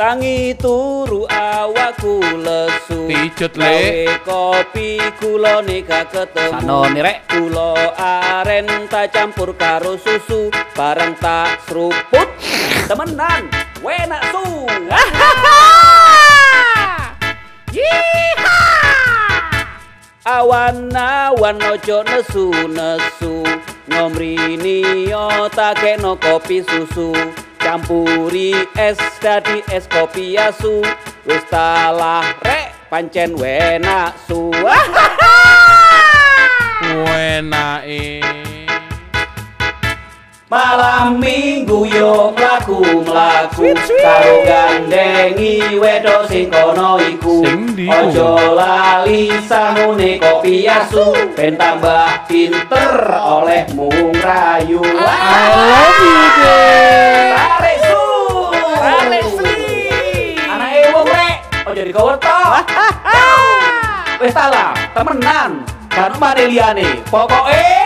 Tangi turu awakku lesu. Pijet, Le. Gawe kopi kula nika ketemu. Sanone, Rek. Kula aren tak campur karo susu, bareng tak seruput. Temenan, wenak su. Awan-awan ojo nesu-nesu Ngomrini yo takeno kopi susu Campuri es dadi es kopi asu Wis talah rek pancen wenak su Wenake. Malam minggu yo mlaku mlaku karo gandengi wedo sing kono iku Sing ndi? ojo lali sangune kopi asu ben tambah pinter oleh mung rayu tarik su tarik su anake wong rek ojo digowo to wis salah temenan kan mane liyane pokoke